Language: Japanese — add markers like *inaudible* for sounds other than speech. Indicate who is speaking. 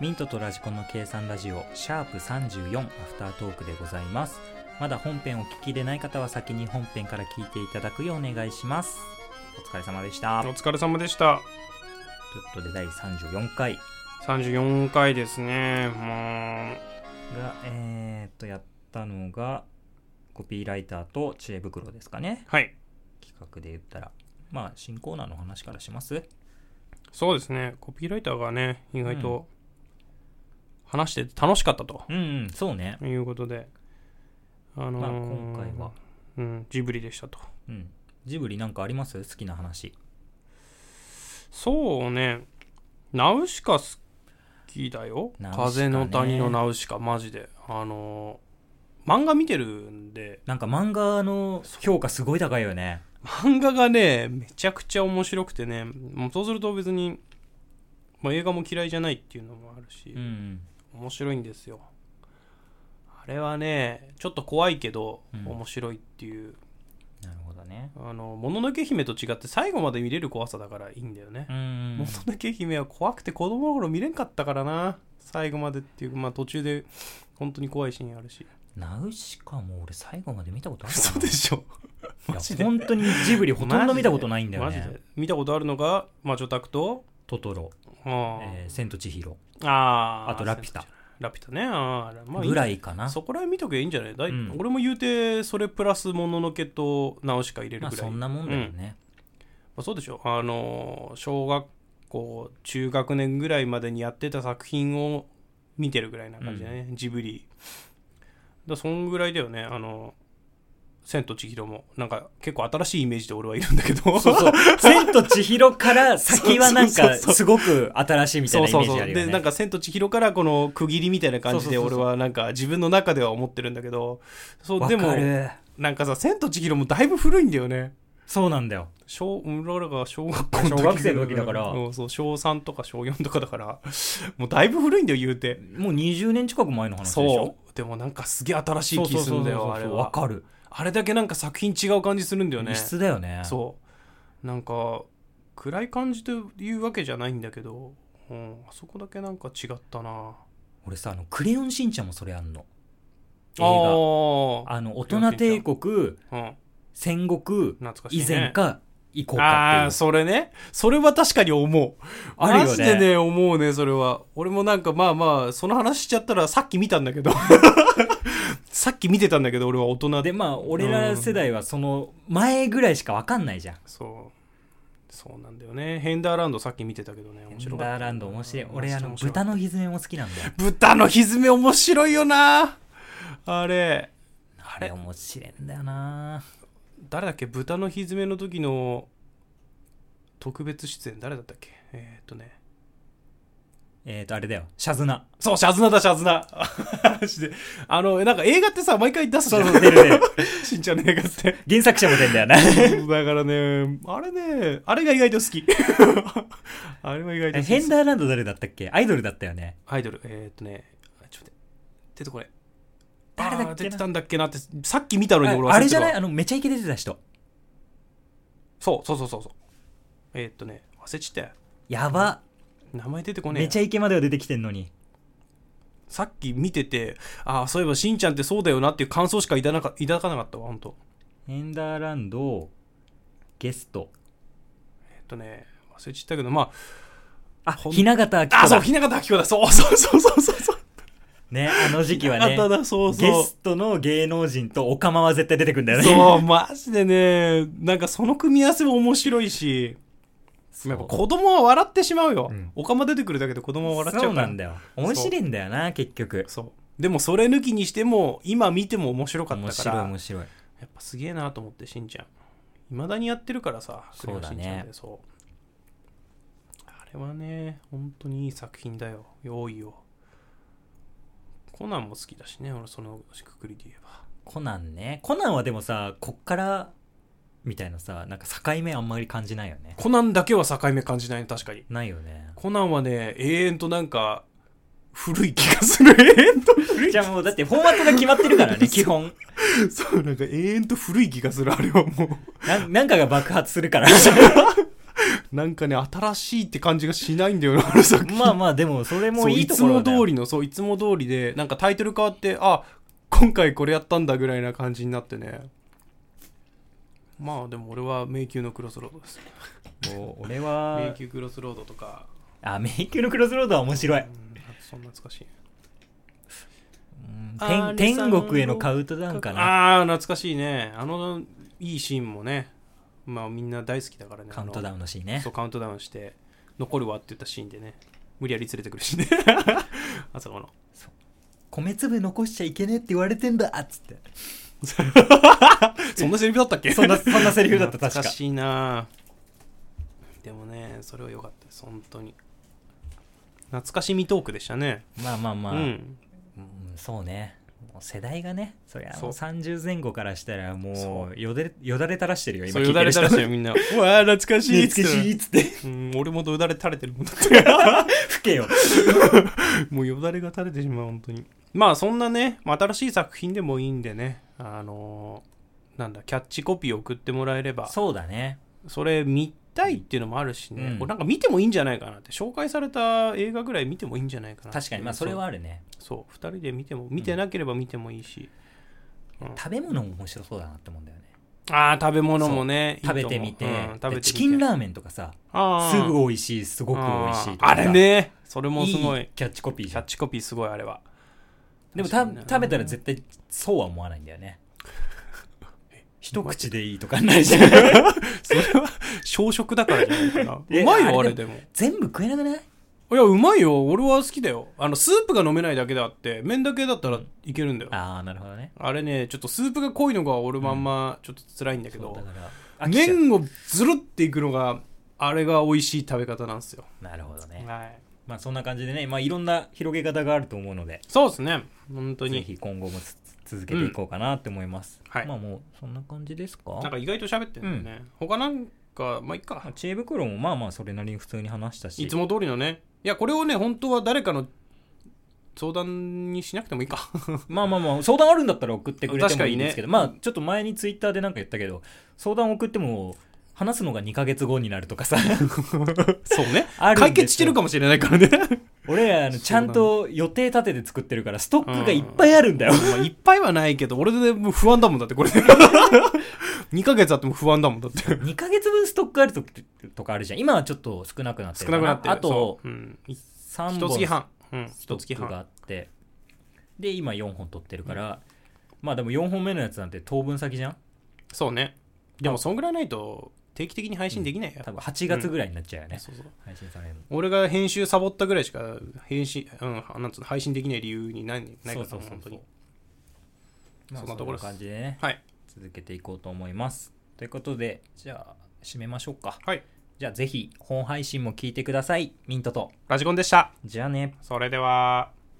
Speaker 1: 糸とラジコンの計算ラジオ、シャープ34アフタートークでございます。まだ本編をお聞きでない方は先に本編から聞いていただくようお願いします。お疲れ様でした。
Speaker 2: お
Speaker 1: という
Speaker 2: 疲れ様でした。
Speaker 1: ことで第34回
Speaker 2: 34回ですね。も
Speaker 1: が、えー、っと、やったのが、コピーライターと知恵袋ですかね。
Speaker 2: う、はい。
Speaker 1: 企画で言ったら。まあ、新コーナーの話からします
Speaker 2: そうですね。コピーライターがね、意外と話してて楽しかったと
Speaker 1: うん、うん、そうね。
Speaker 2: いうことで、あのー
Speaker 1: まあ、今回は。
Speaker 2: うん、ジブリでしたと。
Speaker 1: うん。ジブリなんかあります好きな話。
Speaker 2: そうね、ナウシカ好きだよ。
Speaker 1: ナウシカね
Speaker 2: 風の谷のナウシカ、マジで。あのー漫画見てるんで、
Speaker 1: なんか漫画の評価すごい高いよね。
Speaker 2: 漫画がね、めちゃくちゃ面白くてね、もうそうすると別に、まあ、映画も嫌いじゃないっていうのもあるし、
Speaker 1: うん。
Speaker 2: 面白いんですよあれはねちょっと怖いけど、
Speaker 1: うん
Speaker 2: 面白いっていう
Speaker 1: なるほどね。
Speaker 2: あのもののけ姫と違って最後まで見れる怖さだからいいんだよね
Speaker 1: う、
Speaker 2: *laughs*
Speaker 1: ん
Speaker 2: も。ののけ姫は怖くて子供の頃見れんかったからな最後までっていうまあ途中で本当に怖いシーンあ
Speaker 1: *laughs*
Speaker 2: るし
Speaker 1: ナウシカも俺最後まで見たことある
Speaker 2: 嘘でしょ
Speaker 1: かな
Speaker 2: マジ
Speaker 1: い
Speaker 2: で
Speaker 1: や本当にジブリほとんど見たことないんだよ
Speaker 2: マジ
Speaker 1: ね
Speaker 2: で。見たことあるのが魔女宅と
Speaker 1: トトロ、
Speaker 2: あー、
Speaker 1: えー千と千尋、
Speaker 2: あー
Speaker 1: あとラピュタ
Speaker 2: ラピュタねあー、まあ、
Speaker 1: ぐら
Speaker 2: い
Speaker 1: いかな。
Speaker 2: そこら辺見とけばいいんじゃないだい、
Speaker 1: うん
Speaker 2: 俺も言うてそれプラスもののけと直しか入れるぐ
Speaker 1: ま
Speaker 2: ら
Speaker 1: あ
Speaker 2: い、
Speaker 1: そんなもんだよね。
Speaker 2: まあ、そうでしょあのー小学校中学年ぐらいまでにやってた作品を見てるぐらいな感じだね、ジブリだそんぐらいだよねあの「千と千尋」もなんか結構新しいイメージで俺はいるんだけど
Speaker 1: そうそう。千と千尋から先はなん
Speaker 2: *laughs* そうそ
Speaker 1: か
Speaker 2: うそう
Speaker 1: すごく新しいみたい
Speaker 2: そ
Speaker 1: な
Speaker 2: う
Speaker 1: イ
Speaker 2: そ
Speaker 1: メ
Speaker 2: う
Speaker 1: ージあ
Speaker 2: そう
Speaker 1: るよね。
Speaker 2: でなんか「千と千尋」からこの区切りみたいな感じで
Speaker 1: そうそう
Speaker 2: 俺
Speaker 1: そうそう
Speaker 2: はなんか自分の中では思ってるんだけどそう
Speaker 1: わ
Speaker 2: で
Speaker 1: か
Speaker 2: も
Speaker 1: る。
Speaker 2: なんかさ「千と千尋」もだいぶ古いんだよね
Speaker 1: そうなんだよ。
Speaker 2: 小俺らが小学校の時
Speaker 1: 小学生の時だから
Speaker 2: うんそう小3とか小4とかだからもうだいぶ古いんだよ言うて
Speaker 1: もう20年近く前の話でしょ。
Speaker 2: そうでもなんかすげえ新しい気するんだよあれ
Speaker 1: わ
Speaker 2: は
Speaker 1: かる。
Speaker 2: あれだけなんか作品違う感じするんだよね
Speaker 1: 異質だよね。
Speaker 2: そうなんか暗い感じというわけじゃないんだけど、うん、あそこだけなんか違ったな
Speaker 1: 俺さ、あの、クレヨンしんちゃんもそれあんの。映
Speaker 2: あ
Speaker 1: 画。
Speaker 2: ー
Speaker 1: あの、大人帝国、
Speaker 2: うん
Speaker 1: 戦国、
Speaker 2: 懐かしい、
Speaker 1: 以
Speaker 2: ね、
Speaker 1: 前か以降
Speaker 2: あ
Speaker 1: か
Speaker 2: あー
Speaker 1: っていう。
Speaker 2: それねそれは確かに思う
Speaker 1: あるよね
Speaker 2: マジでね思うねそれは俺もなんかまあまあその話しちゃったらさっき見たんだけど *laughs* さっき見てたんだけど俺は大人
Speaker 1: で、
Speaker 2: で
Speaker 1: まあ、俺ら世代はその前ぐらいしかわかんないじゃん。
Speaker 2: そうそうなんだよねヘンダーランドさっき見てたけどね面
Speaker 1: シ
Speaker 2: 白
Speaker 1: ン
Speaker 2: かった
Speaker 1: ダーランド面白い。俺、あの、
Speaker 2: 面白い
Speaker 1: 豚のひずめも好きなんだよ。
Speaker 2: 豚のひずめ面白いよなあれ
Speaker 1: あ
Speaker 2: れ
Speaker 1: れ面白いんだよな
Speaker 2: 誰だっけ豚のひずめの時の特別出演誰だったっけえーっとね
Speaker 1: えっと、あれだよ。シャズナ。
Speaker 2: そう、シャズナだ、シャズナ。 *laughs* マジで。あの、なんか映画ってさ、毎回出すじゃん。
Speaker 1: 出る
Speaker 2: *laughs*
Speaker 1: ね。
Speaker 2: しんちゃんの映画って。
Speaker 1: 原作者も出んだよな。
Speaker 2: だからね、あれね、あれが意外と好き。 *laughs* あれは意外と好き
Speaker 1: ヘ
Speaker 2: で
Speaker 1: ン
Speaker 2: す。
Speaker 1: ダーランド誰だったっけアイドルだったよね。
Speaker 2: アイドル、えーっとね、ちょっと待って、出てこれ。
Speaker 1: 誰だっけな
Speaker 2: あー出てたんだっけなって、さっき見たのに俺忘れてた
Speaker 1: あれじゃないあの、めちゃイケ出てた人。
Speaker 2: そうそうそうそうそう。えーっとね、忘れちったよ
Speaker 1: やば。
Speaker 2: 名前出てこねえ
Speaker 1: め
Speaker 2: や
Speaker 1: ちゃイケまでは出てきてんのに。
Speaker 2: さっき見てて、ああ、そういえばしんちゃんってそうだよなっていう感想しか抱かなか抱かなかったわ、ほんと。
Speaker 1: ヘンダーランド、ゲスト。
Speaker 2: えーっとね、忘れちったけど、まあ、
Speaker 1: あ、
Speaker 2: ほん
Speaker 1: 雛形明子だ。
Speaker 2: あ、そう、雛形明子だ。そう *laughs* そうそうそうそうそう。
Speaker 1: ね、あの時期は
Speaker 2: あ
Speaker 1: ね
Speaker 2: っ。ただ、そうそう。
Speaker 1: ゲストの芸能人とオカマは絶対出てくんだよね。
Speaker 2: そう、マジでね、なんかその組み合わせも面白いし、
Speaker 1: そう
Speaker 2: やっぱ子供は笑ってしまうよ
Speaker 1: うん。
Speaker 2: おかま出てくるだけで子供は笑っちゃ
Speaker 1: そうう
Speaker 2: から。
Speaker 1: なんだよ。面白いんだよな、結局。
Speaker 2: そう。でもそれ抜きにしても、今見ても面白かった
Speaker 1: 面
Speaker 2: か
Speaker 1: 白い
Speaker 2: ら、
Speaker 1: 面白い。
Speaker 2: やっぱすげえなと思って、しんちゃん。いまだにやってるからさ、
Speaker 1: そうだね
Speaker 2: クレヨンしんちゃんでそう。あれはね、本当にいい作品だよ。用意を。コナンも好きだしね、俺そのくくりで言えば。
Speaker 1: コナンね。コナンはでもさ、こっから、みたいなさ、なんか境目あんまり感じないよね。
Speaker 2: コナンだけは境目感じないね確かに
Speaker 1: ないよね。
Speaker 2: コナンはね永遠となんか古い気がする *laughs* 永遠と古い
Speaker 1: じゃあもうだってフォーマットが決まってる
Speaker 2: *laughs*
Speaker 1: からね、基本。
Speaker 2: そうなんか永遠と古い気がするあれはもう *laughs*
Speaker 1: なんなんかが爆発するから。
Speaker 2: なんかね新しいって感じがしないんだよなあの作品
Speaker 1: まあまあでもそれもいいところ
Speaker 2: そういつも通
Speaker 1: り
Speaker 2: りのそういつも通りでなんかタイトル変わってあ今回これやったんだぐらいな感じになってねまあでも俺は迷宮のクロスロードです
Speaker 1: 俺
Speaker 2: 迷
Speaker 1: は
Speaker 2: 宮クロスロードとか
Speaker 1: あ迷宮のクロスロードは面白い
Speaker 2: うんあとそんな懐かしい
Speaker 1: うん
Speaker 2: あー
Speaker 1: 天天国へのカウントダウンかな
Speaker 2: ああー懐かしいねあのいいシーンもねまあみんな大好きだからね
Speaker 1: カウントダ
Speaker 2: ウ
Speaker 1: ウンのシーン
Speaker 2: ン
Speaker 1: ね
Speaker 2: そうカウントダウンして残るわって言ったシーンでね無理やり連れてく
Speaker 1: *laughs*
Speaker 2: るしねあそこの
Speaker 1: 米粒残しちゃいけねえって言われてんだっつって
Speaker 2: そんなセリフだったっけ
Speaker 1: そんなそんなセリフだった確
Speaker 2: 懐
Speaker 1: か
Speaker 2: かしいなでもねそれは良かったです本当に懐かしみトークでしたね、
Speaker 1: まあまあまあ、
Speaker 2: うん
Speaker 1: うんそうねもう世代がねそりゃ
Speaker 2: そう
Speaker 1: もう30前後からしたらも
Speaker 2: そう
Speaker 1: よでよだれ垂らしてるよ
Speaker 2: そ
Speaker 1: 今聞
Speaker 2: うよ
Speaker 1: いて
Speaker 2: だ
Speaker 1: る
Speaker 2: れ
Speaker 1: 人
Speaker 2: 垂らしてるみ
Speaker 1: *laughs*
Speaker 2: んなうわー懐かしいっつ
Speaker 1: 懐
Speaker 2: っ
Speaker 1: かしていっつって
Speaker 2: うん俺もよだれ垂れてるもんだって
Speaker 1: 吹
Speaker 2: *laughs*
Speaker 1: けよ
Speaker 2: もうよだれが垂れてしまう本当にまあそんなねまあ新しい作品でもいいんでねあのーなんだキャッチコピー送ってもらえれば
Speaker 1: そうだね
Speaker 2: それ見たいっていうのもあるしね、
Speaker 1: うん
Speaker 2: これなんか見てもいいんじゃないかなって紹介された映画ぐらい見てもいいんじゃないかなって
Speaker 1: 確かにまあそれはあるね
Speaker 2: そう2人で見ても見てなければ見てもいいし、うん
Speaker 1: 食べ物も面白そうだなって思うんだよね
Speaker 2: ああ食べ物もね
Speaker 1: 食べてみて,、
Speaker 2: いいと思ううん食べてみて
Speaker 1: チキンラーメンとかさ
Speaker 2: あ
Speaker 1: す
Speaker 2: ー
Speaker 1: ぐ美味しいすごく美味しいとか
Speaker 2: あーあれねそれも
Speaker 1: い
Speaker 2: すごい
Speaker 1: いキャッチコピー
Speaker 2: キ
Speaker 1: じゃ
Speaker 2: ャ
Speaker 1: ん
Speaker 2: ッチコピーすごいあれは
Speaker 1: でもた
Speaker 2: 確かにな
Speaker 1: 食べたら絶対そうは思わないんだよ
Speaker 2: *laughs*
Speaker 1: ね一口でいいとかないじゃん
Speaker 2: それは小食だからじゃないかなう
Speaker 1: *laughs* え
Speaker 2: まいよあ
Speaker 1: あ
Speaker 2: れ
Speaker 1: れ
Speaker 2: でも
Speaker 1: *laughs* 全部食えなくない
Speaker 2: いやうまいよ俺は好きだよあのスープが飲めないだけであって麺だけだったらいけるんだよあ
Speaker 1: ああなるほどね
Speaker 2: れねちょっとスープが濃いのが俺もあんまちょっと辛いんだけ
Speaker 1: そう
Speaker 2: ど
Speaker 1: だ、から飽きちゃう
Speaker 2: 麺をずるっていくのがあれが美味しい食べ方なんですよ、
Speaker 1: なるほどね
Speaker 2: はい
Speaker 1: まあそんな感じでね、まあ、いろんな広げ方があると思うので
Speaker 2: そうですね本当
Speaker 1: ぜ
Speaker 2: に
Speaker 1: ひ今後もつ続けていこうかなって思います、
Speaker 2: はい
Speaker 1: まあもうそんな感じですか
Speaker 2: なんか意外と喋ってんだよね、他なんかまあいっ
Speaker 1: まあ
Speaker 2: か
Speaker 1: 知恵袋もまあまあそれなりに普通に話したし
Speaker 2: いつも通りのねいやこれをね本当は誰かの相談にしなくてもいいか
Speaker 1: まあまあまあ相談あるんだったら送ってくれてもいいんですけど、
Speaker 2: 確かに
Speaker 1: まあちょっと前にツイッターでなんか言ったけど相談送っても話すのが2ヶ月後になるとかさ
Speaker 2: そう
Speaker 1: ある
Speaker 2: ね
Speaker 1: んですよ
Speaker 2: 解決してるかもしれないからね
Speaker 1: 俺らあの
Speaker 2: そう
Speaker 1: ちゃんと予定立てて作ってるからストックがいっぱいあるんだよ、
Speaker 2: まあいっぱいはないけど俺でもう不安だもんだってこれ *laughs* 2ヶ月あっても不安だもんだって *laughs* 少
Speaker 1: 2ヶ月分ストックあるととかあるじゃん今はちょっと少なくなってる
Speaker 2: な
Speaker 1: か
Speaker 2: くなってる
Speaker 1: あと
Speaker 2: そううん一
Speaker 1: 3本
Speaker 2: 月半うん
Speaker 1: ス
Speaker 2: 一
Speaker 1: トッ
Speaker 2: 月
Speaker 1: クがあ
Speaker 2: 半
Speaker 1: ってで今4本取ってるから、まあでも4本目のやつなんて当分先じゃん
Speaker 2: そうねでもそんぐらいないと定期的に配信できないよ、
Speaker 1: 多分8月ぐらいになっちゃうよね、
Speaker 2: そうそう
Speaker 1: 配信されるの
Speaker 2: 俺が編集サボったぐらいしか編集、うん、なんつうの配信できない理由にないないから
Speaker 1: そうそうそうそう
Speaker 2: 本当に
Speaker 1: まあ
Speaker 2: そん
Speaker 1: そ
Speaker 2: なと
Speaker 1: ん
Speaker 2: こ
Speaker 1: な
Speaker 2: ろです
Speaker 1: 感じでね
Speaker 2: はい
Speaker 1: 続けていこうと思います。ということで、じゃあ、締めましょうか。
Speaker 2: はい
Speaker 1: じゃあ、ぜひ、本配信も聞いてください。ミントと。
Speaker 2: ラジコンでした
Speaker 1: じゃあね。
Speaker 2: それでは